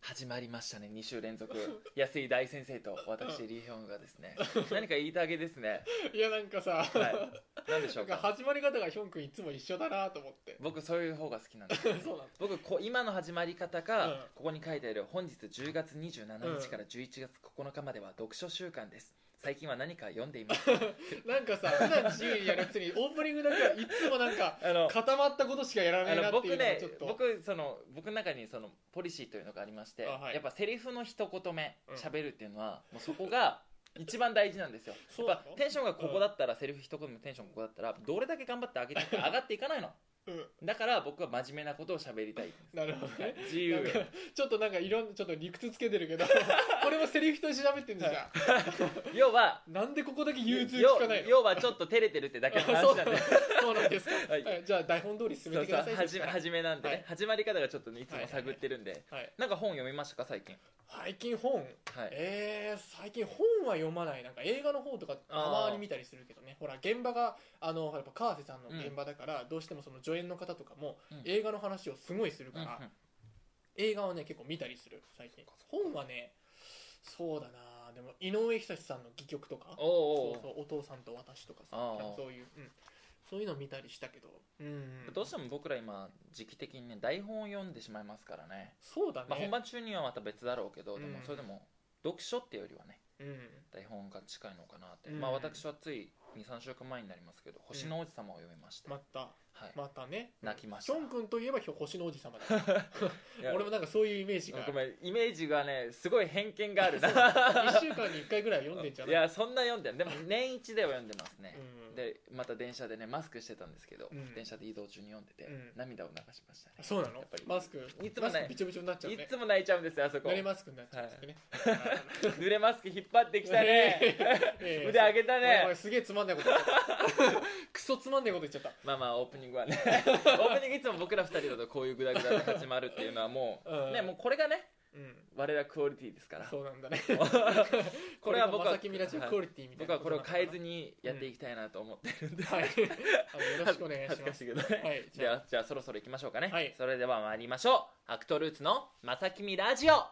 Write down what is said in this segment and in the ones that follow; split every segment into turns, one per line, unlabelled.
始まりましたね2週連続安井大先生と私リヒョンがですね何か言いたげですね
いやなんかさ、
はい何でし
な
ょ
ん
う
か
か
始まり方がヒョン君いつも一緒だなと思って
僕そういう方が好きなんです
そうなんだ
僕こ今の始まり方か、
うん
ここに書いてある本日10月27日から11月9日までは読書週間です最近は何か読んでいます
なんかさ普段自由にやるくせにオープニングだけはいつもなんか
あの
固まったことしかやらな
あ
いな
の
って
僕
いうのが
ね
ちょっと
僕その僕の中にそのポリシーというのがありまして、
あはい
やっぱセリフの一言目
うん
喋るっていうのは、もうそこが一番大事なんですよ
そう
や
な
っ
の
ぱテンションがここだったら、セリフ一言目テンションここだったらどれだけ頑張って上げても上がっていかないの
うん
だから僕は真面目なことを喋りたい、
なるほどね
自由
なんかちょっとなんかいろんなちょっと理屈つけてるけどこれもセリフとして喋ってんじゃん、
要は
なんでここだけ融通聞かないの
要要はちょっと照れてるってだけの話なんで
そうなんですか、
はい
はいじゃあ台本通り進め
そう
てく
そう
ださい
始め始めなんでね、
はい
始まり方がちょっとねいつも探ってるんで、
はい、
なんか本読みましたか最近
最近本
はい
えー、最近本は読まないなんか映画の方とかたまに見たりするけどねほら現場があのやっぱ川瀬さんの現場だから、どうしてもその助演の方とかも
うん
映画の話をすごいする
う
か
んう
ら、
ん
映画をね結構見たりする最近本はねそうだなでも井上久志さんの戯曲とか
おうおう
そうそうお父さんと私とかさ
ああ
なんかそういう、うん、そういうの見たりしたけどうん
どうしても僕ら今時期的にね台本を読んでしまいますからね、
そうだね、
まあ、本番中にはまた別だろうけど、でも
うん
それでも読書っていうよりはね
うん
台本が近いのかなって、
うん
まあ私はつい23週間前になりますけど「星の王子様」を読みました、
また
はい、
またね
泣きました
ション君といえばひょ星の王子様だね
いや
俺もなんかそういうイメージが
ごめんイメージがねすごい偏見がある な
1週間に1回ぐらい読んでんじゃ
い
ない
やそんな読んでないでも年一では読んでますね、
うん
でまた電車でねマスクしてたんですけど、
うん
電車で移動中に読んでて、
うん
涙を流しましたね
そうなの
やっぱり
マスク
いつもね
マスクびちょびちょになっちゃう
い
ね
つも泣いちゃうんですよあそこ
濡れマスクになっちゃうんです ね、
濡れマスク引っ張ってき たね
ええ
腕上げた
お前
ね
すげえつまんないこと言っちゃったクソつまんないこと言っちゃった
まあまあオープニング はねオープニングいつも僕ら二人だとこういうグダグダで始まるっていうのはも う、
うん
ねもうこれがね
うん
我らクオリティですから
そうなんだね
これは僕は
まさきみらちゃんクオリティみたい
僕
な
はこれを変えず
に
にやっていきたいなと思ってるんで、
はいあのよろしくお願いします
恥ずかしいけどね、
はい
じゃあじゃあそろそろ行きましょうかね、
はい
それでは参りましょうアクトルーツの「まさきみラジオ」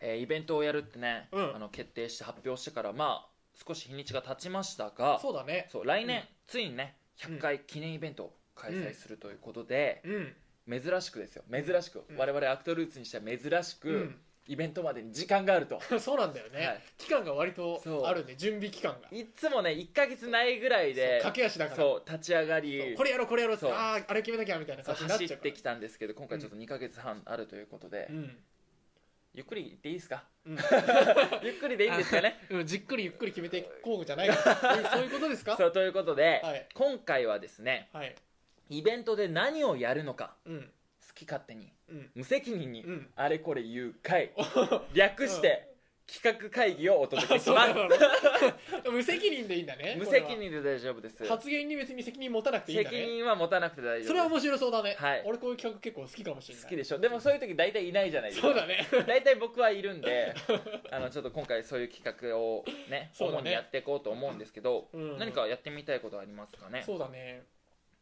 えーイベントをやるってね、
うん
あの決定して発表してからまあ少し日にちが経ちましたが
そうだね
そう来年、
うん
ついにね100回記念イベントを開催するということで、
うん
珍しくですよ珍しく、
うん
我々アクトルーツにしては珍しく、
うん
イベントまでに時間があると
そうなんだ よね、
はい
期間が割
そう
とあるね準備期間が
いつもね1か月ないぐらいで
そう駆け足だから
そう立ち上が
そう
り
これやろうこれやろうって
そう
あああれ決めなきゃみたいな
そう
感じになっち
走
ゃう
っ
から
てきたんですけど今回ちょっと2か月半あるということで、
うん
ゆっくり行っていいですか
うん
ゆっくりでいいんですかね
うんじっくりゆっくり決めていこうじゃないかうんそういうことですか
そうということで、
はい
今回はですね
はい
イベントで何をやるのか
うん
好き勝手に
うん
無責任に、
うん
あれこれ言う会略して企画会議をお届けし
そう
ま
な
す
の無責任でいいんだね
無
これは
責任で大丈夫です
発言に別に責任持たなくていいんだ
責
ね
任は持たなくて大丈夫です
それは面白そうだね
はい
俺こういう企画結構好きかもしれない
好きでしょでもそういう時大体いないじゃないですか
そうだね
大体僕はいるん であのちょっと今回そういう企画をね
そうだね
主にやっていこうと思うんですけど、
うん
何かやってみたいことありますかね
そうだね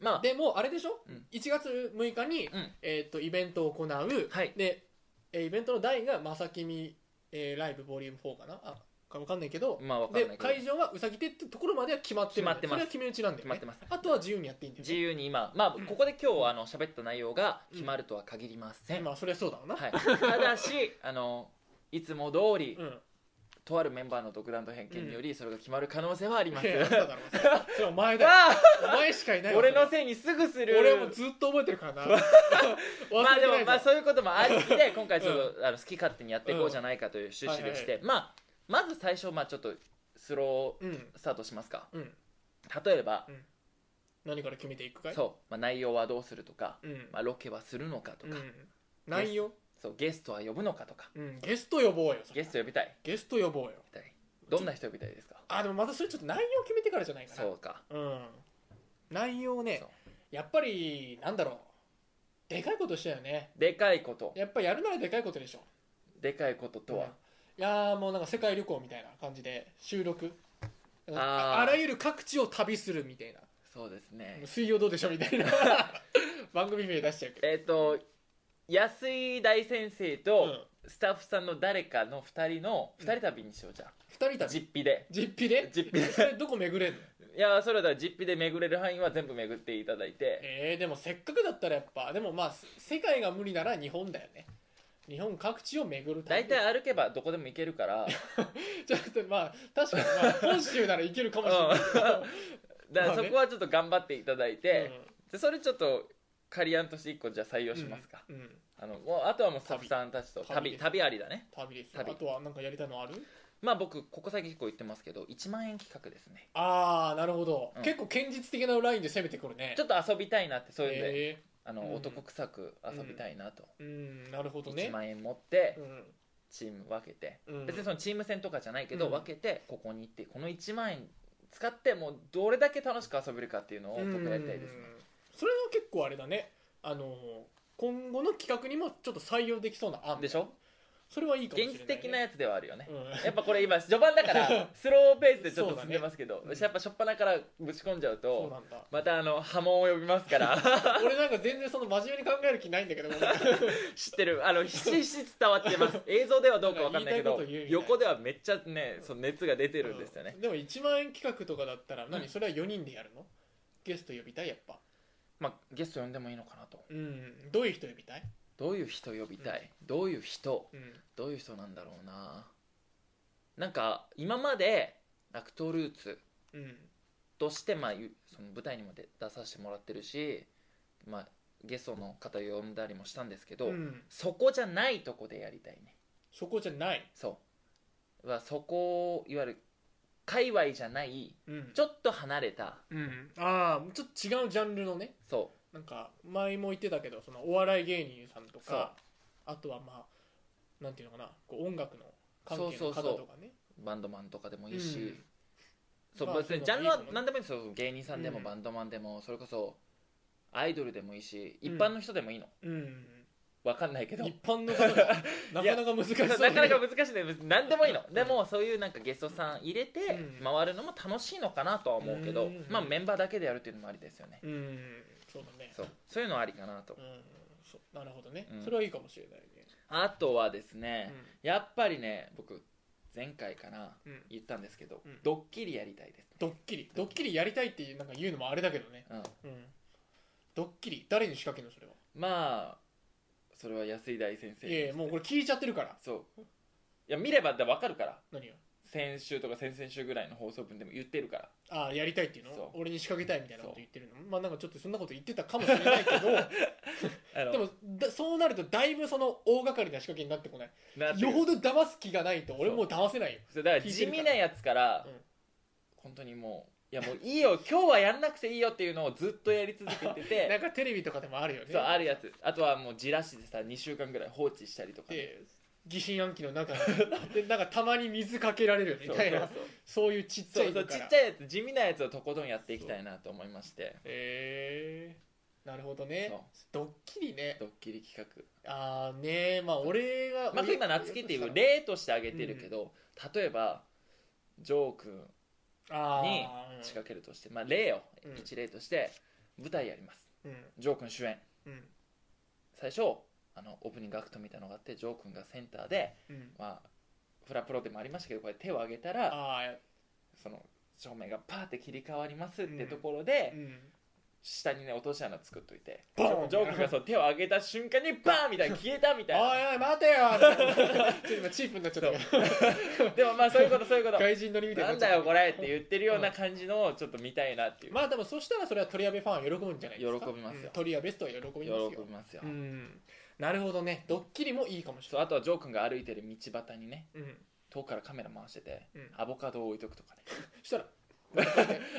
まあ
でもあれでしょ
うん
1月6日に
うん
えっとイベントを行う
はい
でえーイベントの題が「まさきみえーライブボリューム4」かなあかわかんないけど
まあわかんな
で
いけど
会場はうさぎ手ってところまでは決まってるんだよ
決まってます
それは決め打ちなんだよ
決まっ
ね
てます
あとは自由にやっていいんだよ
自
ね
由に今まあここで今日あの喋った内容が決まるとは限りません、
まあそりゃそうだろうな、
はい、ただしあのいつも通り、
うん
とあるメンバーの独断と偏見によりそれが決まる可能性はありま
い
す、
やいやそうだろう それお前だよ
あ
お前しかいな
ー
いよ
俺の
それ
せいにすぐする
俺はもうずっと覚えてるか らな忘れ
まあで
て
も
ないぞ
まあそういうこともありき で今回ちょっと、あの好き勝手にやっていこうじゃないかという趣旨でして、まあまず最初まあちょっとスロ
うん
ースタートしますか
うん
例えば、
何から決めていくかい
そう、まあ、内容はどうするとか、
うん、
まあ、ロケはするのかと
う
か、
ん、内容
そうゲストは呼ぶのかとか
うんゲスト呼ぼうよそれ
ゲスト呼びたい
ゲスト呼ぼうよ
呼びたいどんな人呼びたいですか
あでもまたそれちょっと内容決めてからじゃないかな
そうか
うん内容ね
そう
やっぱりなんだろうでかいことしたよね
でかいこと
やっぱやるならでかいことでしょ
でかいこととは、
うんいやーもうなんか世界旅行みたいな感じで収録なんか
あ
あ
ー
らゆる各地を旅するみたいな
そうです
「
ね
水曜どうでしょう」みた いな番組名出しちゃうけど
えっ、と安井大先生
う
と
ん
スタッフさんの誰かの2人の
うん
2人旅にしようじゃあ
二人旅
実費で
実費で
実費で
それ どこ巡れんの
いやそれはだから実費で巡れる範囲は全部巡っていただいて
えー、でもせっかくだったらやっぱでもまあせ世界が無理なら日本だよね日本各地を巡る
大体歩けばどこでも行ける から
ちょっとまあ確かに、 まあ、本州ならいけるかもしれないけど、
だか
まあ
ら
ね
そこはちょっと頑張っていただいて、でそれちょっと仮案として1個じゃあ採
う
用
ん
しますか、
うんうん
あのもうあとはもうスタッフさんたちと旅
旅旅
旅ありだね
旅ですよ
旅
あとはなんかやりたいのある
まあ僕ここ最近結構言ってますけど1万円企画ですね
ああなるほど、
うん
結構堅実的なラインで攻めてくるね
ちょっ
っ
と遊びたいなってそういうので、
え
あ
うん
の男臭く遊びたいなと、
ーうんなるほどね
1万円持って
うん
チーム分けて、
うん
別にそのチーム戦とかじゃないけど、
うん
分けてここに行ってこの1万円使ってもうどれだけ楽しく遊べるかっていうのを僕はやりたいですね
うんそれは結構あれだねあのー今後の企画にもちょっと採用できそうな案
でしょ
それはいいかもしれ
現
ない、ね、
実的なやつではあるよね、
うん
やっぱこれ今序盤だからスローペースでちょっ
そう
と
だ
進
ね
んでますけど、
うん
やっぱ初っ端からぶち込んじゃう
そう
と
なんだ
またあの波紋を呼びますから
俺なんか全然その真面目に考える気ないんだけど
知ってるあのひしひし伝わってます映像ではどうかわかんないけ
なん
ど
か言いたいこと言うみたい
横ではめっちゃねその熱が出てるんですよね、
でも1万円企画とかだったら何、
うん
それは4人でやるのゲスト呼びたいやっぱ
まあゲスト呼んでもいいのかなと
うんどういう人呼びたい、
どういう人呼びたい、どういう人
うん、
どういう人なんだろうななんか今までアクトルーツ
うん
として、まあ、ゆその舞台にも出出させてもらってるし、まあ、ゲストの方呼んだりもしたんですけど、
うん
そこじゃないとこでやりたいね
そこじゃない、
そうはそこいわゆる界隈じゃない
うん
ちょっと離れた
うん、ああちょっと違うジャンルのね
そ
なんか前も言ってたけどそのお笑い芸人さんとかあとはまあなんていうのかなこう音楽の関係の方とかね
うバンドマンとかでもいいし、
うん
そう、
まあ
別にジ
そ
ャ
うい
ン
う
ル
のが
は何でもいい
いいかもね
んですよ芸人さんでも
うん
バンドマンでも、それこそアイドルでもいいし一般の人でもいいの、
うん
わかんないけど
一般の方がなかなか難 しそう
な
だ
かな
ね
か難し いね何でもいいのでもそういうなんかゲストさん入れて
うん
回るのも楽しいのかなとは思うけ
う
ど
ん
まあメンバーだけでやるっていうのもありですよね
うんそうだね
そうそういうのはありかなと
うんそうなるほどね、
うん
それはいいかもしれないね
あとはですねやっぱりね僕前回かな
うんうん
言ったんですけど
うん
ドッキリやりたいです
ドッキリドッキリやりたいっていうなんか言うのもあれだけどね、
うん
うん、ドッキリ誰に仕掛けるのそれは
まあそれは安井大先生
いやいやもうこれ聞いちゃってるから
そういや見ればだ分かるから
何が
先週とか先々週ぐらいの放送分でも言ってるから
ああやりたいっていうの
そう
俺に仕掛けたいみたいなこと言ってるのまあなんかちょっとそんなこと言ってたかもしれ ないけど
あの
でもだそうなるとだいぶその大掛かりな仕掛けになってこない
なってい
よ
う
ほど騙す気がないと俺
そう
もう騙せないよ
そうだから
聞い
地
てるから
味なやつから、
うん
本当にもういやもういいよ 今日はやんなくていいよっていうのをずっとやり続けて
な
て
んかテレビとかでもあるよね
そうあるやつあとはもうじらしてさ2週間ぐらい放置したりとかね、
で疑心暗鬼の中ででなんかたまに水かけられるよね
そ
み
うそう
たいなそういうちっちゃ
そう
い
そうそうち
のか
っ
ら
ちゃいやつ地味なやつをとことんやっていきたいなと思いまして
えー、なるほどね
そう
ドッキリね
ドッキリ企
ああねまあ俺が
画まあ今夏希っていう例として挙げてるけど、例えばジョー君に仕
に
掛けるとして、まあ例を、
うん
一例として舞台やります
うん
ジョー君主演
うん
最初あのオープニングアクトみたいなのがあってジョー君がセンターで、
うん
まあ、フラプロでもありましたけどこれ手を上げたら
あ
その照明がパーって切り替わりますってところで、
ーうん
下にね落とし穴作っといてジ
ボ
ョ
ーン
ー君がそう手を上げた瞬間にバーンみたいな消えたみたい
お
ない
おい待て よみたいなちょっと今チープになっちゃったけど
でもまあそういうことそういうこと
外人乗りみたい
な
に
ん
な
だ
っちゃ
よ
った
これって言ってるような感じのをちょっと見たいなっていう、
まあでもそしたらそれは鳥谷部ファンは喜ぶんじゃないですか
喜びますよ
うん鳥谷ベストは喜びます
喜
よ
びますよ、
うんなるほどねドッキリもいいかもしれ
そう
ない
あとはジョー君が歩いてる道端にね
うん
遠くからカメラ回してて
うん
アボカドを置いとくとかね
そしたら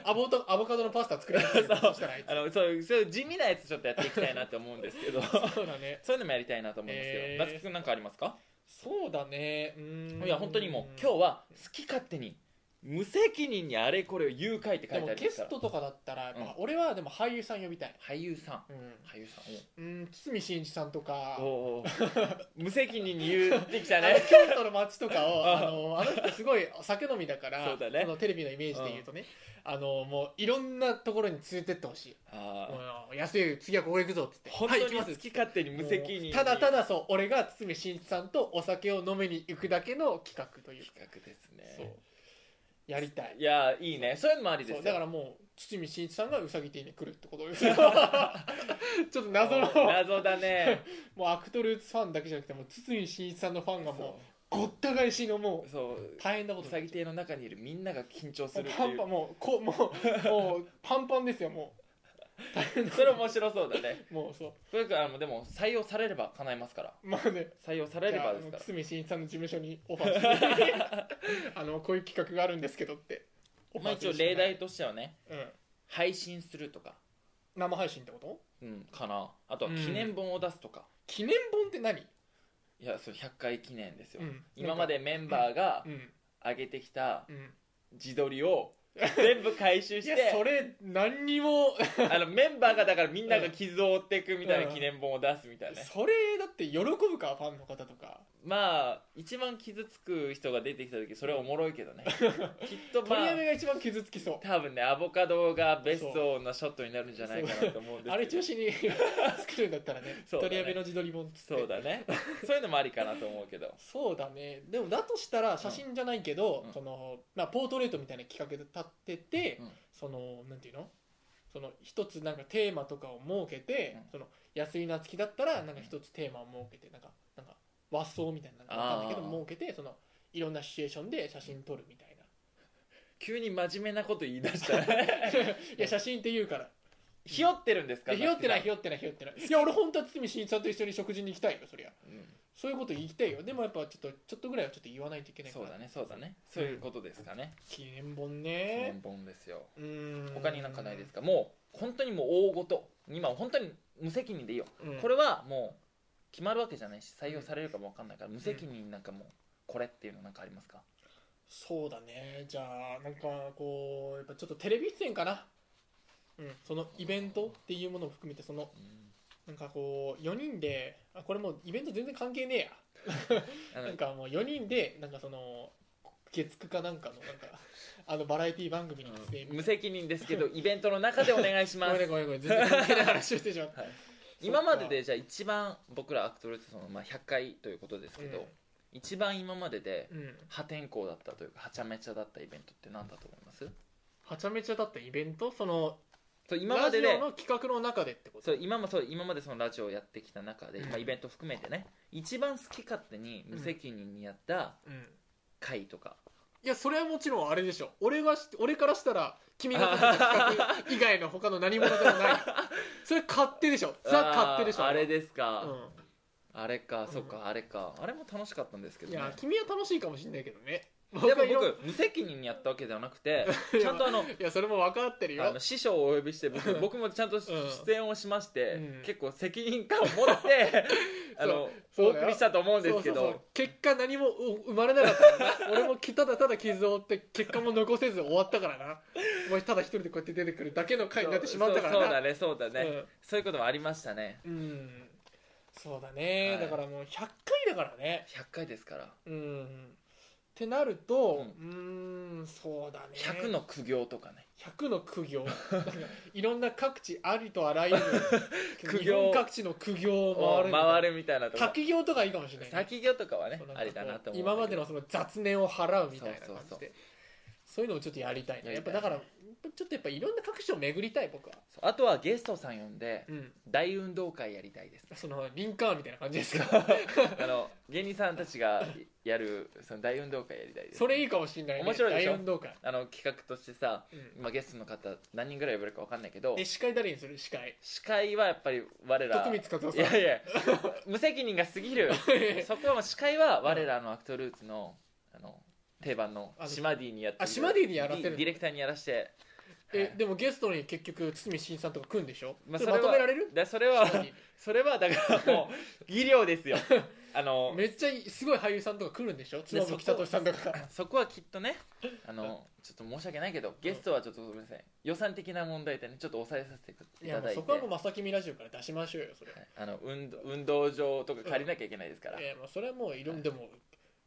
アボトアボカドのパスタ作れるんだよそしたらあいつ
あのそういうそういう地味なやつちょっとやっていきたいなって思うんですけ ど
そうだね
そういうのもやりたいなと思いますけど、
へー
夏希君なんかありますか、
そうだねうーん
いや本当にもう今日は好き勝手に無責任にあれこれを誘拐って書い
で
てあ
も
り
ゲ
ますか
ス
ら
トとかだったら、やっぱ
うん
俺はでも俳優さん呼びたい
俳優さん
うん
俳優さん
うん堤真一さんとか
おおー無責任に言ってきた
あの
ね
京都の街とか を
あ
あのあの人すごい酒飲みだから
そうだね
そのテレビのイメージで言うとね、あのもういろんなところに連れてってほしい「
あー
もう安い次はここ行くぞ」っつって
本
はい
当
行き
に
ま
好
す
き勝手に無責任に
ただただそう俺が堤真一さんとお酒を飲みに行くだけの企画というか、
企画です
そう
ね
やりたい
いやーいいねそういうのもありです
そう
よ
だからもう堤真一さんがうさぎ亭に来るってことで すちょっと謎の
うん謎だね
もうアクトルーツファンだけじゃなくてもう堤真一さんのファンがもうごった返しのも
そうそう
う大変なこ
う
とにな
さ
っ
ぎ
ちゃ
亭
う
の中にいるみんなが緊張するって
パ
い
ンパン
う
もうこうも うもうパンパンですよもう大変な
それ面白そうだね
もうそ
とにかくあのでも採用されれば叶えますから
うまあね
採用されればですか
じ
ら
ゃあ堤真一さんの事務所にオファー してあのこういう企画があるんですけどってオフ
まあ
ァーす
一
る
応
しかな
例
い
題としてはね
うん
配信するとか、
生配信ってこ
う
と
ん、かなあとは
うん
記念本を出すとか、
記念本って何、
いやそれ100回記念ですよ、
ん
今までメンバーが
うん
上げてきた
うん
自撮りを全部回収
い
し
や
て
それ何 にも
あのメンバーがだからみんなが傷を負っていくみたいな記念本を出すみたいなね、
それだって喜ぶかファンの方とか、
まあ一番傷つく人が出てきた時それはおもろいけど ねきっとま
取り
あ
やめが一番傷つきそう
多分ねアボカドがベストなショットになるんじゃないかなと思うんですけど
あれ中止に 作るんだったらね
そうだね
取りやめの自撮り本っつって
そうだねそういうのもありかなと思うけど
そうだねでもだとしたら写真じゃないけど、
うん
そのまあ、ポートレートみたいな企画で立ってて、
うん
そのなんていうのその一つなんかテーマとかを設けて、
うん
その安井夏樹だったらなんか一つテーマを設けてなんかなんか和装みたいななんかわかんないけ
あ
ど
ー
設けてそのいろんなシチュエーションで写真撮るみたいな、
急に真面目なこと言い出したね
いや写真って言うから
ひよってるんですか
いやひよってないひ
よ、
よってないひよってないいや俺本当は堤真一さんと一緒に食事に行きたいよそりゃ
うん
そういうこと言いたいよでもやっぱちょっとちょっとぐらいはちょっと言わないといけないか
そ
ら
うだねそうだねそういうことですかね、
記念本
記
ね
念本ですよ
うーん
他になんかないですかもう本当にもう大ごと今本当に無責任でいいよ、
うん
これはもう決まるわけじゃないし採用されるかもわかんないから無責任なんかもうこれっていうのなんかありますか、
そうだねじゃあなんかこうやっぱちょっとテレビ出演かなうんそのイベントっていうものを含めてそのなんかこう4人であこれもうイベント全然関係ね
あ
えや
の
なんかもう4人でなんかその月9かなんかのなんかあのバラエティ番組に出演、
無責任ですけどイベントの中でお願いし
ご
ま
めん
す
ねごめんごめん全然関係ない話をしてしまった
はい、今まででじゃあ一番僕らアクトルってその、まあ、100回ということですけど、
うん
一番今までで
うん
破天荒だったというかはちゃめちゃだったイベントって何だと思います
はちゃめちゃだったイベントその
そう今ま
ラジ
で
オ
で
の企画の中でってこと
そう今もそう今までそのラジオをやってきた中で、
うん
まあ、イベント含めてね一番好き勝手に無責任にやった
うん
回とか、
いやそれはもちろんあれでしょ俺がし俺からしたら君が立てた企画以外の他の何者 でもないそれ勝手でしょザ勝手でしょ
あーあれですか、
う
あれか
うん
そうか、あれかあれも楽しかったんですけ
ん、
ど
い
ね
や君は楽しいかもしれないけどね
でも
いろい
僕無責任にやったわけではなく て
や
ちゃんとあの
やそれも分かってるよ
あの師匠をお呼びして僕僕もちゃんと出演をしまして、
うん
結構責任感を持ってあの
そう
お
だよ
送りしたと思うんですけど
そうそうそう結果何もう生まれなかったから な俺もきただただ傷を負って結果も残せず終わったからなお前ただ一人でこうやって出てくるだけの回になってしまったから
そ
な
うそうだねそうだね、
うん
そういうこともありましたね
うんそうだね、
はい
だからもう100回だからね
100回ですから
うんってなるとうーんそうだね
100の苦行とかね
100の苦行 いろんな各地ありとあらゆる
苦行
日本各地の苦行を回るみたいな
回るみたいなとか
滝行とかいいかもしれないね、
先行とかはね
そうなんかこう
ありだなと思うんだ
今ま
け
で
ど
のその雑念を払うみたいな感じで
そ
そうう
そうそう
いうのをちょっとやりたいね
や
や
り
ったぱ
い
だからちょっとやっぱいろんな各地を巡りたい僕は
そうあとはゲストさん呼んで
うん
大運動会やりたいです
そのリンカーンみたいな感じですか
あの芸人さんたちがやるその大運動会やりたいです
それいいかもしれないね
面白いでしょ
大運動会、
あの企画としてさ、
うん
まあ、ゲストの方何人ぐらい呼べるか分かんないけど
え司会誰にする司会
司会はやっぱり我ら
徳光和夫
い
さん
やいや無責任が過ぎるそこはもう司会は我らのアクトルーツのあの定番の
あの
シマディにやってる
あシマディにやらせる
ディディレクターにやらせては
え
い
でもゲストに結局堤真一さんとか組んでしょ、
まあ
それまとめられる
だそれは
シマディに
それはだからもう技量ですよあの
めっちゃいいすごい俳優さんとか来るんでしょ妻夫木聡さんとかが
そこはきっとねあのちょっと申し訳ないけどゲストはちょっとごめんなさい予算的な問題でねちょっと抑えさせて
い
い
や
た
もう
だいて
そこはもうまさきみラジオから出しましょうよそれ
はいあの運動運動場とか借りなきゃいけないですから、
いやもうそれはもういろんでも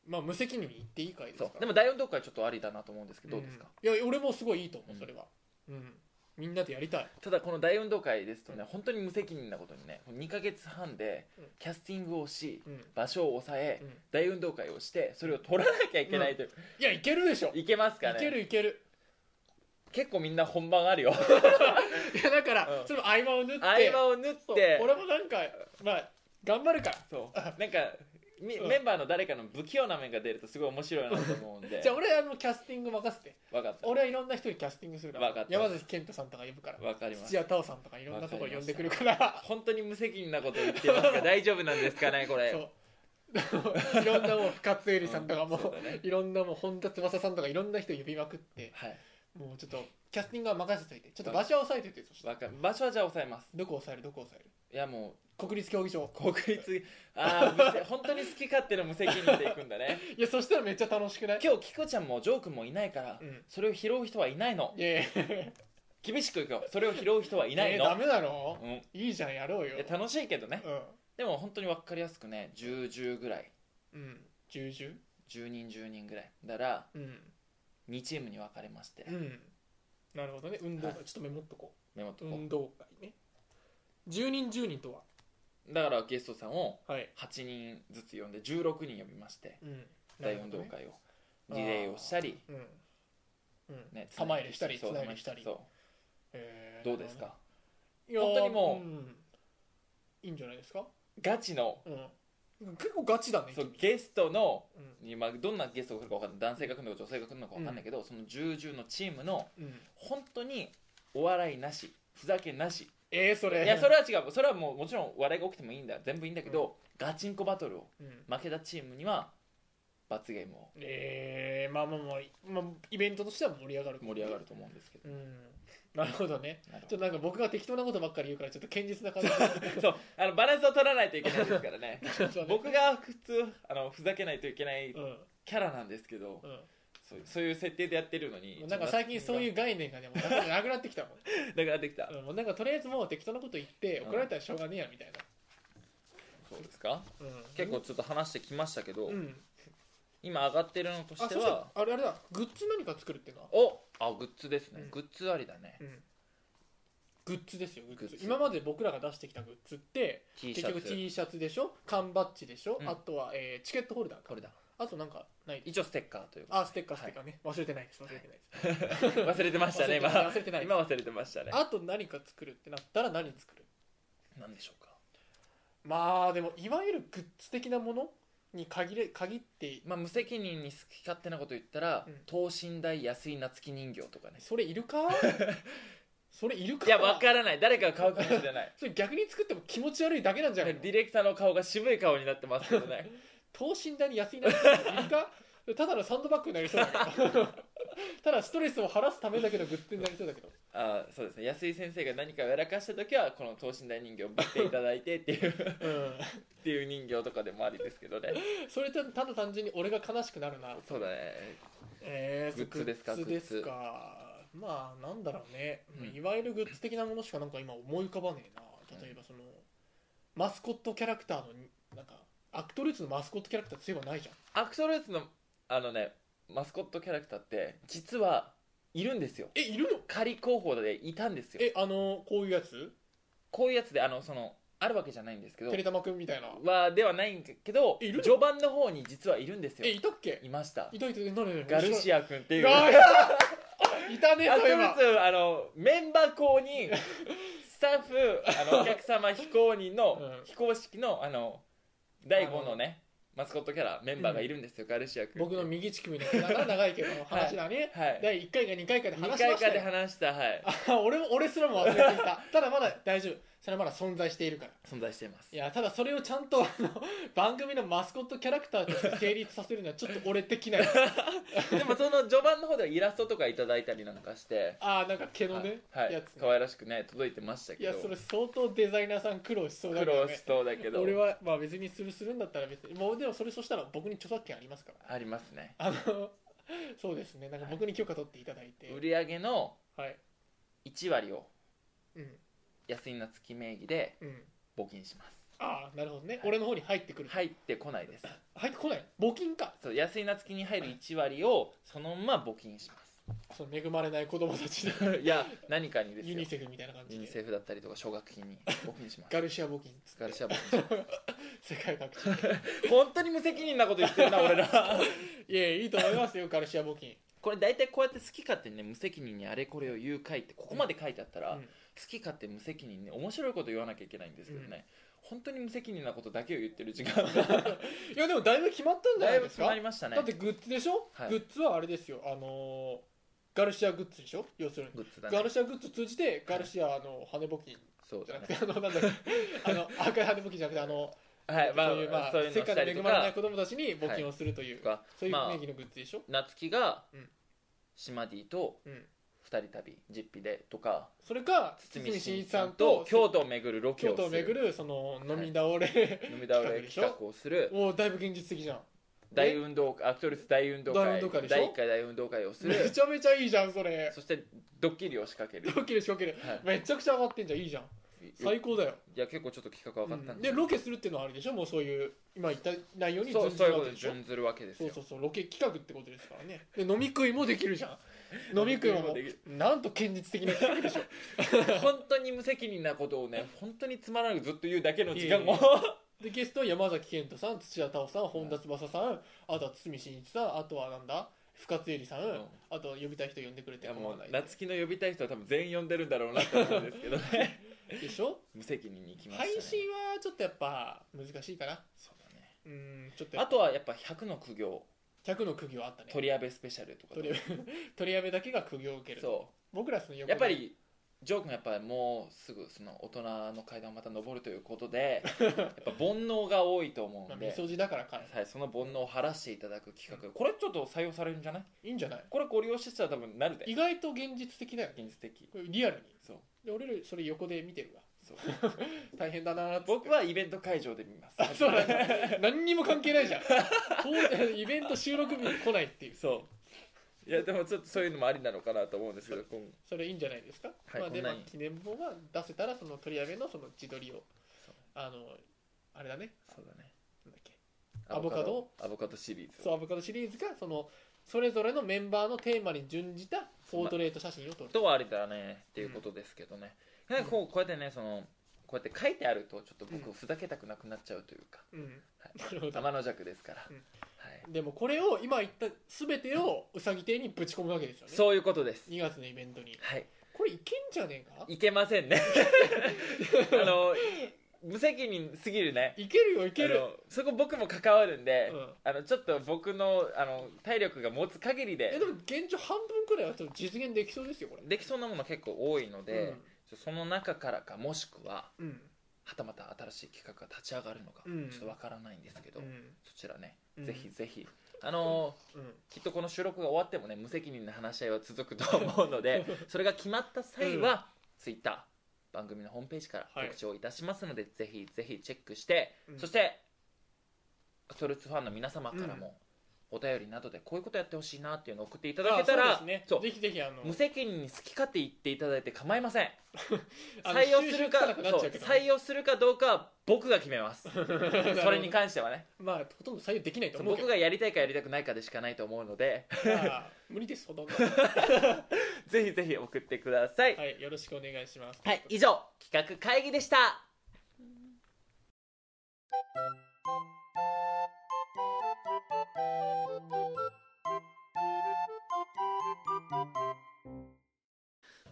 まあ無責任に言っていい回ですか
そ
ら
うでも第4読会ちょっとありだなと思うんですけどどうですか、、
うんいや俺もすごいいいと思
う
うんそれはうんみんなでやりたい
ただこの大運動会ですとね、
うん
本当に無責任なことにね2ヶ月半で
うん
キャスティングをし、
うん
場所を抑え、
うん
大運動会をしてそれを取らなきゃいけないという、
いやいけるでしょい
いけますかね
けるいける
結構みんな本番あるよ
いやだから
うん
そ の合間を縫って
合間を縫っ
そう
て
俺もなんかまあ頑張るから
そうなんかみ
うん
メンバーの誰かの不器用な面が出るとすごい面白いなと思うんで
じゃあ俺はもうキャスティング任せて
分かった
俺はいろんな人にキャスティングするから
わかった
山崎賢人さんとか呼ぶから
分かります
土屋太鳳さんとかいろんなところ呼んでくるから
本当に無責任なこと言ってます が大丈夫なんですかねこれ
そう いろんなもう深津絵里さんとかも、
うんそうだね
いろんなもう本田翼さんとかいろんな人呼びまくって
はい
もうちょっとキャスティングは任せといてちょっと場所は押さえといてそしたら
わか場所はじゃあ抑えます
どこ押さえるどこ押さえる
いやも
国立競技場
う国立 ああ本当に好き勝手な無責任でいくんだね
いやそしたらめっちゃ楽しくない
今日キコちゃんもジョー君もいないから、
うん
それを拾う人はいないの
いやいや
厳しくいくよそれを拾う人はい
い
ないの、
ダメなの
うん、い
いいじゃんやろうよ
や楽しいけどね
うん
でも本当に分かりやすくね10、10ぐらい
うん重々
10人10人ぐらいだから
うん
2チームに分かれまして
うんなるほどね運動会、
は
ちょっとメモっとこ
メモっと
う
こう
運動会ね10人10人とは
だからゲストさんを
はい
8人ずつ呼んで16人呼びまして
うん
大運動会をリレーをしたり、
うんうん
ね、
玉入れしたり
そう
綱入れしたり
そう
へー
どうですか
いやー
本当にもうん
いいんじゃないですか、
ガチの
うん、結構ガチだね
そう
君
ゲストの、
う
まあ、どんなゲストが来るか分かんない男性が来るのか女性が来るのか分かんないけど、その重々のチームの
んうん、
本当にお笑いなしふざけなし
えー、それ
いやそれは違うそれはもうもちろん笑いが起きてもいいんだ全部いいんだけど、ガチンコバトルを
うん
負けたチームには罰ゲームを
えー、まあまあまあ、まあ、イベントとしては盛り上がる
盛り上がると思うんですけど
うんなるほどね
なるほ
ちょ
ど
っとなんか僕が適当なことばっかり言うからちょっと堅実な感じ
そうあのバランスを取らないといけないですからね
そうね
僕が普通あのふざけないといけない
うん
キャラなんですけど、そうそういう設定でやってるのに
うん、なんか最近そういうう概念がねもうなんかなくなってきたもん、
だからできた、
うん、もうなんかとりあえずもう適当なこと言って
うん
怒られたらしょうがねえやみたい
そうですか
な、うん、
結構ちょっと話してきましたけど、
うん
今上がってるのと
あそ
し
してたら
は
あれあれだグッズ何か作るっていうのは
おあグッズですね、
うん
グッズありだね、
うんグッズですよグッズ
グッズ
今まで僕らが出してきたグッズって
T シ
結
ャ
局
ツ
T シャツでしょ缶バッジでしょ、
うん
あとは、えーチケットホルダーか
これだ
あとなんかない
一応ステッカーというか
あステッカーステッカーね、忘れてないです忘れてないで す
忘れてましたね今
忘れてない
今忘れてましたね
あと何か作るってなったら何作る
何でしょうか
まあでもいわゆるグッズ的なものに限れ限って
まあ無責任に好き勝手なこと言ったら、
うん
等身大安井夏樹人形とかね
それいる かそれいるか
いや分からない誰かが買うかもしれない
それ逆に作っても気持ち悪いだけなんじゃないの
ディレクターの顔が渋い顔になってますけどね
等身大に安いなっているか ただのサンドバッグになりそうだけど ただストレスを晴らすためだけのグッズになりそうだけど
あそうですね安井先生が何かをやらかした時はこの等身大人形を持っていただいてって いうっ
うん
ていう人形とかでもありですけどね
それとただ単純に俺が悲しくなるな
そうだね
えー、
グッズですか
グッズです
グ
かまあなんだろうね、
うん
いわゆるグッズ的なものしかなんか今思い浮かばねえな例えばその、マスコットキャラクターのなんかアクトルーツのマスコットキャラクター強いはないじゃん
アクトルーツのあのねマスコットキャラクターって実はいるんですよ
えいるの
仮候補でいたんですよ
えあのこういうやつ
こういうやつであのそのあるわけじゃないんですけど
てれたまくんみたいな
はではないんだけど
いるの
序盤の方に実はいるんですよ
えいたっけ
いました
いたいたいた何
ガル
ア
シア君っていうアク
い たね
ト
そうい
ル
えば
ーツあのメンバー公 認スタッフあのお客様非公認の、
うん
非公式のあの第5のねマスコットキャラメンバーがいるんですよ、ガルシア君
僕の右乳首の長長いけど話だね、
はい
第1回か2回かで
2
話しま
回
した
かで
よ
話したはい
あ俺も俺すらも忘れていたただまだ大丈夫それはまだ存在しているから
存在しています
いやただそれをちゃんとあの番組のマスコットキャラクターとして成立させるのはちょっと俺的な
でもその序盤の方ではイラストとかいただいたりなんかして
ああなんか毛のね、
はいはい
やつね
可愛らしくね届いてました
い
け
や
ど
それ相当デザイナーさん苦労しそうだ
苦
けど
労
ね
しそうだけど
俺はまあ別にするするんだったら別にもうでもそれそしたら僕に著作権ありますから
ありますね
あの そうですねなんか僕に許可取っていただいて
売り上げの
はい
1割を
うん
安井夏樹名義で
うん
募金します
ああなるほどね、俺の方に入ってくる、
入ってこないです
入ってこない募金か
そう安井夏樹に入る1割をそのまま募金しま
その恵まれない子供たちの
すいや何かにです
ユ
よ
ニセフみたいな感
ユ
じ
ニ
で
セフだったりとか奨学金 に募金します
ガルシア募金
ガルシア募金しま
世界各地
す本当に無責任なこと言ってる な俺ら
いやいいと思いま すよガルシア募金
これ大体こうやって好き勝手にね無責任にあれこれを言う回ってここまで書いてあったら、
うん
好き勝手無責任に面白いこと言わなきゃいけないんですけどね、本当に無責任なことだけを言ってる時間が
いやでもだいぶ決まったんじゃ
だ
ないい
ぶ
です
決
か
まりましたね
だってグッズでしょ、
はい
グッズはあれですよあのーガルシアグッズでしょ要するに、
グッズだ
ガ
ね
ルシアグッズ通じてガルシアの羽根募金
そう
じ
だ
ゃなく
ね
てあのなんだっけあの赤い羽根募金じゃなくてあの
はいまあ
そういう,、まあ、
そういう
世
のした
界の
り
恵
と
まれな
か
い子供たちに募金をするという、
とか
そういう
まあ
名義のグッズでしょ、
夏希が、
うん
シマディと
うん、
二人旅実費でとか
それか
堤
堤
真
真
一
一
さ
さ
ん
ん
と
と
京都を巡るロケ
京
を
都を
する
巡るその飲み倒れ、
飲み倒れ
企画でしょ
企画をする
もうだいぶ現実的じゃん
大運動会アクトレス大運動
大
会
運動会でしょ
第1回大運動会をす
め
る
ちゃめちゃいいじゃんそれ
そしてドッキリを仕掛ける
ロケで仕掛ける
はい
めちゃくちゃ上がってんじゃんいいじゃん最高だよ、
いや結構ちょっと企画分かった
うんん
で
でロケするっていうのはあれでしょもうそういう今言った内容に
そう
準
そ
ず
うい
る
うことで
わけでしょ
準ずるわけです
そう
よ
そうそうロケ企画ってことですからねで飲み食いもできるじゃん飲み食い
飲み食いも
も
できる
なんと堅実的な企画でしょ
本当に無責任なことをね本当につまらなくずっと言うだけの時間も
いでゲストは山崎賢人さん土屋太鳳さん本田翼さんあとは堤真一さんあとはなんだ深津絵里さん、
ん
あと呼びたい人呼んでくれ
い
て
や
構
も
わ
う
ない
夏希の呼びたい人は多分全員呼んでるんだろうなと思うんですけど ね
でしょ
無責任に行きました
配
ね
信はちょっとやっぱ難しいかな
そうだね
うんちょっと
あとはやっぱ100の苦行
100の釘はあったね
取り上げスペシャルとか
取り 上げ取り上げだけが釘を受ける
そう
僕らその横
やっぱりジョー君やっぱりもうすぐその大人の階段をまた登るということで やっぱ煩悩が多いと思う
まあ、
ん
み
で、
そじだからか
はい、その煩悩を晴らしていただく企画これちょっと採用されるんじゃない
いいんじゃない
これご利用してたら多分なるで
意外と現実的だよね
現実的
これリアルに
そう
で俺らそれ横で見てるわ
そう
大変だなーっつって
僕はイベント会場で見ます
あそうだね何にも関係ないじゃんそうイベント収録日に来ないっていう
そういやでもちょっとそういうのもありなのかなと思うんですけど今後
それいいんじゃないですか、
はい
まあ、
こ
で
んな
ま
に
あ記念本は出せたらその取り上げのその自撮りを
そう
あのあれだね
そうだね
なんだっけアボ
アボカドシリーズ
そうアボカドシリーズがそのそれぞれのメンバーのテーマに準じたポートレート写真を撮る
とはあれだねっていうことですけどね、なんかこうこうやってねそのこうやって書いてあるとちょっと僕ふざけたくなくなっちゃうというか、
うん
は
なるほど
天の弱ですから、
うん
はい、
でもこれを今言った全てをうさぎ亭にぶち込むわけですよね
そういうことです
2月のイベントに
はい
これいけんじゃねえか
いけません ねあの無責任すぎるね
いけるよいけ
あ
る
のそこ僕も関わるんで、
うん
あのちょっと僕のあの体力が持つ限り
え
で
でも現状半分くらいはちょっと実現できそうですよこれ
できそうなもの結構多いので、ちょその中からかもしくは
うん
はたまた新しい企画が立ち上がるのか、
うん
ちょっとわからないんですけど、
うん
そちらね、
うん
ぜひぜひあのー
うん
きっとこの収録が終わってもね無責任な話し合いは続くと思うのでそれが決まった際は、ツイッター番組のホームページから
はい
告知をいたしますので、ぜひぜひチェックして、
うん
そしてアクトルーツファンの皆様からも、お便りなどでこういうことやってほしいなっていうのを送っていただけた
あ
ら
そうですね
そう
ぜひぜひあの
無責任に好き勝手言っていただいて構いません
あの
採用するか
収集つなくなっち
そ
ゃ
う
うけど
採用するかどうかは僕が決め ますそれに関してはね
まあほとんど採用できないと思う
僕
けど
がやりたいかやりたくないかでしかないと思うので
まあ無理ですほとんど
ぜひぜひ送ってください
はいよろしくお願いします
はい、以上、企画会議でした。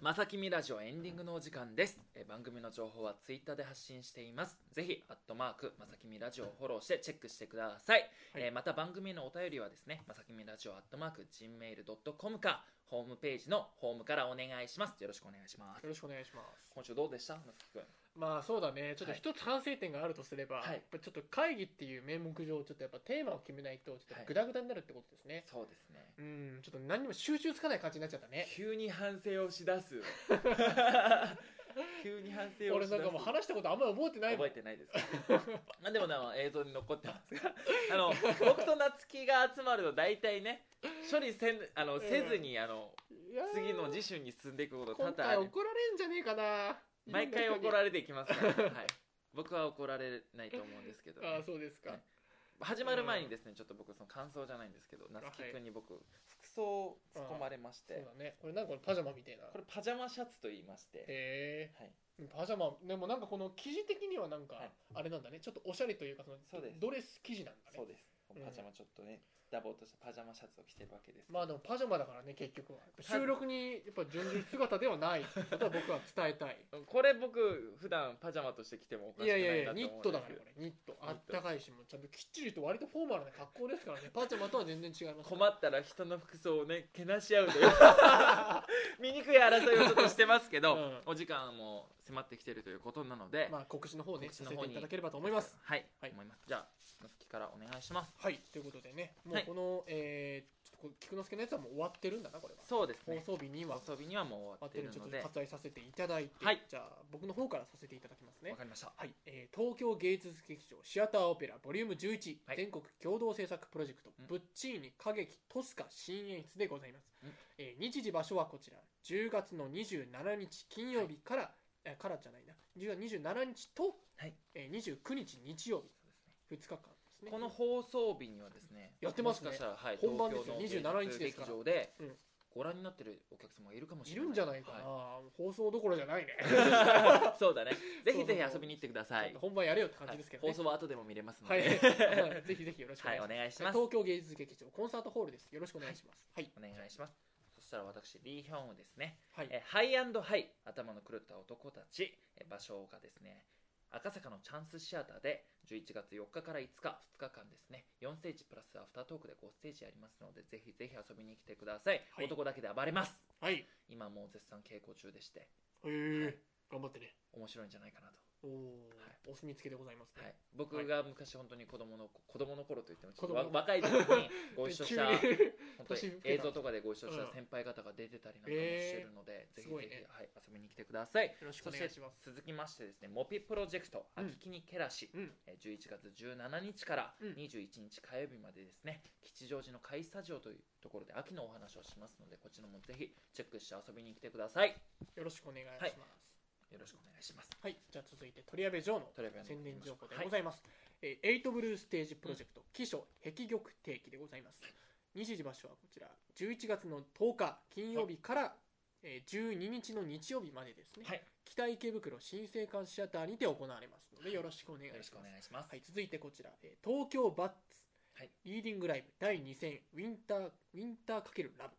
まさきみラジオエンディングのお時間です。えー番組の情報はツイッターで発信しています。ぜひ、アットマーク、まさきみラジオをフォローしてチェックしてください。
はい
えーまた番組のお便りはですね、まさきみラジオアットマーク、gmail.com か、ホームページのホームからお願いしますよろしくお願いします
よろしくお願いします
今週どうでした松木君
まあそうだねちょっと
はい
一つ反省点があるとすれば、
はい
やっぱちょっと会議っていう名目上ちょっとやっぱテーマを決めないとちょっと
はい
グダグダになるってことですね、
そうですね
うんちょっと何にも集中つかない感じになっちゃったね
急に反省をしだす 急に反省を
俺
し
な
だす
んかもう話したことあんまり覚えてないも
覚
ん
えてないですけど まあでもな映像に残ってますが あの僕と夏希が集まると大体ね処理せんあの、
ん
せずにあの
いやー
次の次週に進んでいくこと多
今
々あ
回
る
怒られんじゃねえかな
毎回怒
れ
られていきますから、はい、僕は怒られないと思うんですけど、
ああそうですか、
ね始まる前にですねちょっと僕その感想じゃないんですけど夏希君に僕服装を突っ込まれまし
そう
て
だねこれなんかこのパジャマみたいな
これパジャマシャツと言いまして、
へえ
はい、
パジャマでもなんかこの生地的にはなんか
はい
あれなんだねちょっとおしゃれというかその
そうです
ドレス生地なんだ
そう
ね
です
うん
パジャマちょっとねダボっとしたパジャマシャツを着てるわけですけど
まあでもパジャマだからね結局は収録にやっぱ準じる姿ではないってことは僕は伝えたい
これ僕普段パジャマとして着てもおか
い
しくな
や
い
いやい
な
や
と
ニ
思
ッ
うん
ト
で
だ
す
から
け
こ
ど
れニットあったかいしもうちゃんときっちりと割とフォーマルな格好ですからねパジャマとは全然違います
困ったら人の服装をねけなし 合うという醜い争いをちょっとしてますけど、
うん
お時間も迫ってきてるということなので、
まあ告知の方ね
告知
さ
の
せ
方
てい
に
ただければと思います
はい、
はい
思いますじゃあ夏希からお願いします
はいということでねも
は
う
い
この、えー、ちょっとこう菊之助のやつはもう終わってるんだなこれは
そうです
放
ね
送日には
遊びにはもう終わ
あ
っ
と
て
で
る
ちょ
の
っと
でわ
割愛させていただいて、
はい
じゃあ僕の方からさせていただきますね
かりました
はい、えー東京芸術劇場シアターオペラボリューム11、
はい
全国共同制作プロジェクト、
うん
ブッチーニ歌劇トスカ新演出でございます、
うん
えー日時場所はこちら10月の27日金曜日から、えーからじゃないな10月27日と、
はい
えー29日日曜
そうですね
日2日間ですね
この放送日にはですね
やってますね
もしかしたら、はい、
本番ですよ
東京の
27日ですから
劇場で、
うん
ご覧になってるお客様がいるかもし
い
れない
るんじゃないかな、
は
放送どころじゃないね
そうだねぜひぜひ
そうそうそ
遊
う
びに行ってください
ちょっと本番やれよって感じですけどね、
はい放送は後でも見れますの
はい、
で、
ぜひぜひよろしくお
は
願
い、
いし
お願いしま
ます。
す。
東京芸術劇場コンサートホールです。よろしくお願いします。はい、
お願いします。そしたら私、リーヒョンウですね、
はい、
えーハイハイ、頭の狂った男たち、えー場所がですね、赤坂のチャンスシアターで11月4日から5日、2日間ですね、4ステージプラスアフタートークで5ステージありますので、ぜひぜひ遊びに来てください。
はい
男だけで暴れます。
はい、へ
今もう絶賛稽古中でして、
え、頑張ってね。
面白いんじゃないかなと。
おお、
はい
お墨付きでございますね。
はい、僕が昔本当に子供の子供の頃といってもちょっと
子
わ
供
若い時にご一緒 した
急に
本当に
年老けた
映像とかでご一緒し
う
た
ん
先輩方が出てたりなんかもして
えー
るので、ぜひ
す
ぜ
ごい
ひ、
ね
はい、遊びに来てください
よろしく
そ
お
し
願い
て
します。
続きましてですねモピプロジェクト「
う
秋
ん
木にけらし」
うん、
えー11月17日から
うん
21日火曜日までですね、吉祥寺の会スタジオというところで秋のお話をしますのでこちらもぜひチェックして遊びに来てください
よろしくお願いします。
は
はいい、
よろしくお願いします
じゃあ続いて鳥矢部城の
トレビアンの
宣伝情報で
はい
ございます。えーエイトブルーステージプロジェクト、起承壁玉定期でございます。日時場所はこちら、11月の10日金曜日から、えー12日の日曜日までですね、
はい
北池袋新生館シアターにて行われますので、よろしくお願いし
よろ
ま
し
す
くお。願いします、
はい、続いてこちら、えー東京バッツ、
はい
リーディングライブ第2戦ウィンターウィンター×ラブ、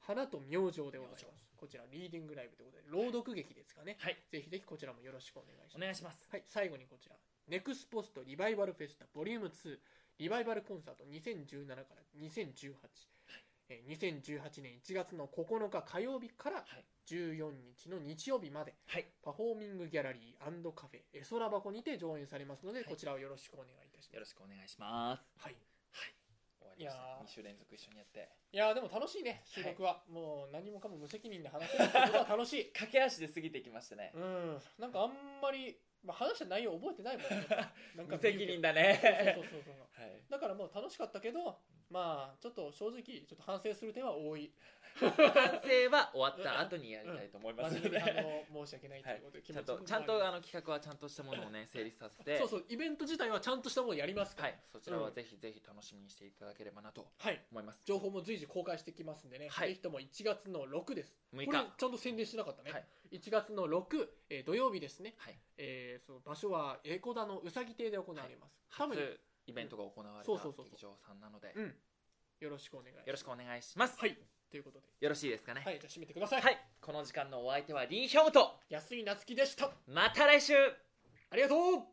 花と明星でございます
明星
こちらリーディングライブでございます朗読劇ですかね、
はい
ぜひぜひこちらもよろしくお願いし
お
ます
願いします
はい、最後にこちらネクスポストリバイバルフェスタボリューム2リバイバルコンサート2017から2018、えー2018年1月の9日火曜日から
はい
14日の日曜日まで
はい
パフォーミングギャラリーカフェ絵空箱にて上演されますので、
はい
こちらをよろしくお願いいたしま
よろしくお願いします
す。はい、
はい。終わ
りました
二
二
週連続一緒にやって。
いやーでも楽しいね収録は、もう何もかも無責任で話せるってことは楽し い
駆け足で過ぎてきましたね
う。んなんかあんまり、まあ、話した内容覚えてないも んねなんか
無責任だ
そう
ね。
そうそうそうそう
はい。
だからもう楽しかったけどまあちょっと正直ちょっと反省する点は多い
反省は終わった後にやりたいと思います
真
の
面目にあ
で。
の申し訳ないということで、気
ちゃん
持の
と
部分
ちゃんと
は
あ
あ
の企画はちゃんとしたものを ね整理させ
り
て。
そうそうイベント自体はちゃんとしたものをやりますから
はい。そちらはぜひぜひ楽しみにしていただければなと
はい
思います。
情報も随時公開してきますんでね、
はい
ぜひとも1月の6です
六
これ
日。
ちゃんと宣伝してなかったね、
はい
1月の6、えー土曜日ですね、
はい
えーその場所はエコダのうさぎ亭で行われます、多分
初イベントが行われた
そうそうそうそう
劇場さんなので、
うんよろしくお願いします
よろしくお願いします。
はいということで、
よろしいですかね。
はい、じゃあ締めてください、
はい。この時間のお相手はリーヒョムと
安井なつきでした
また来週。
ありがとう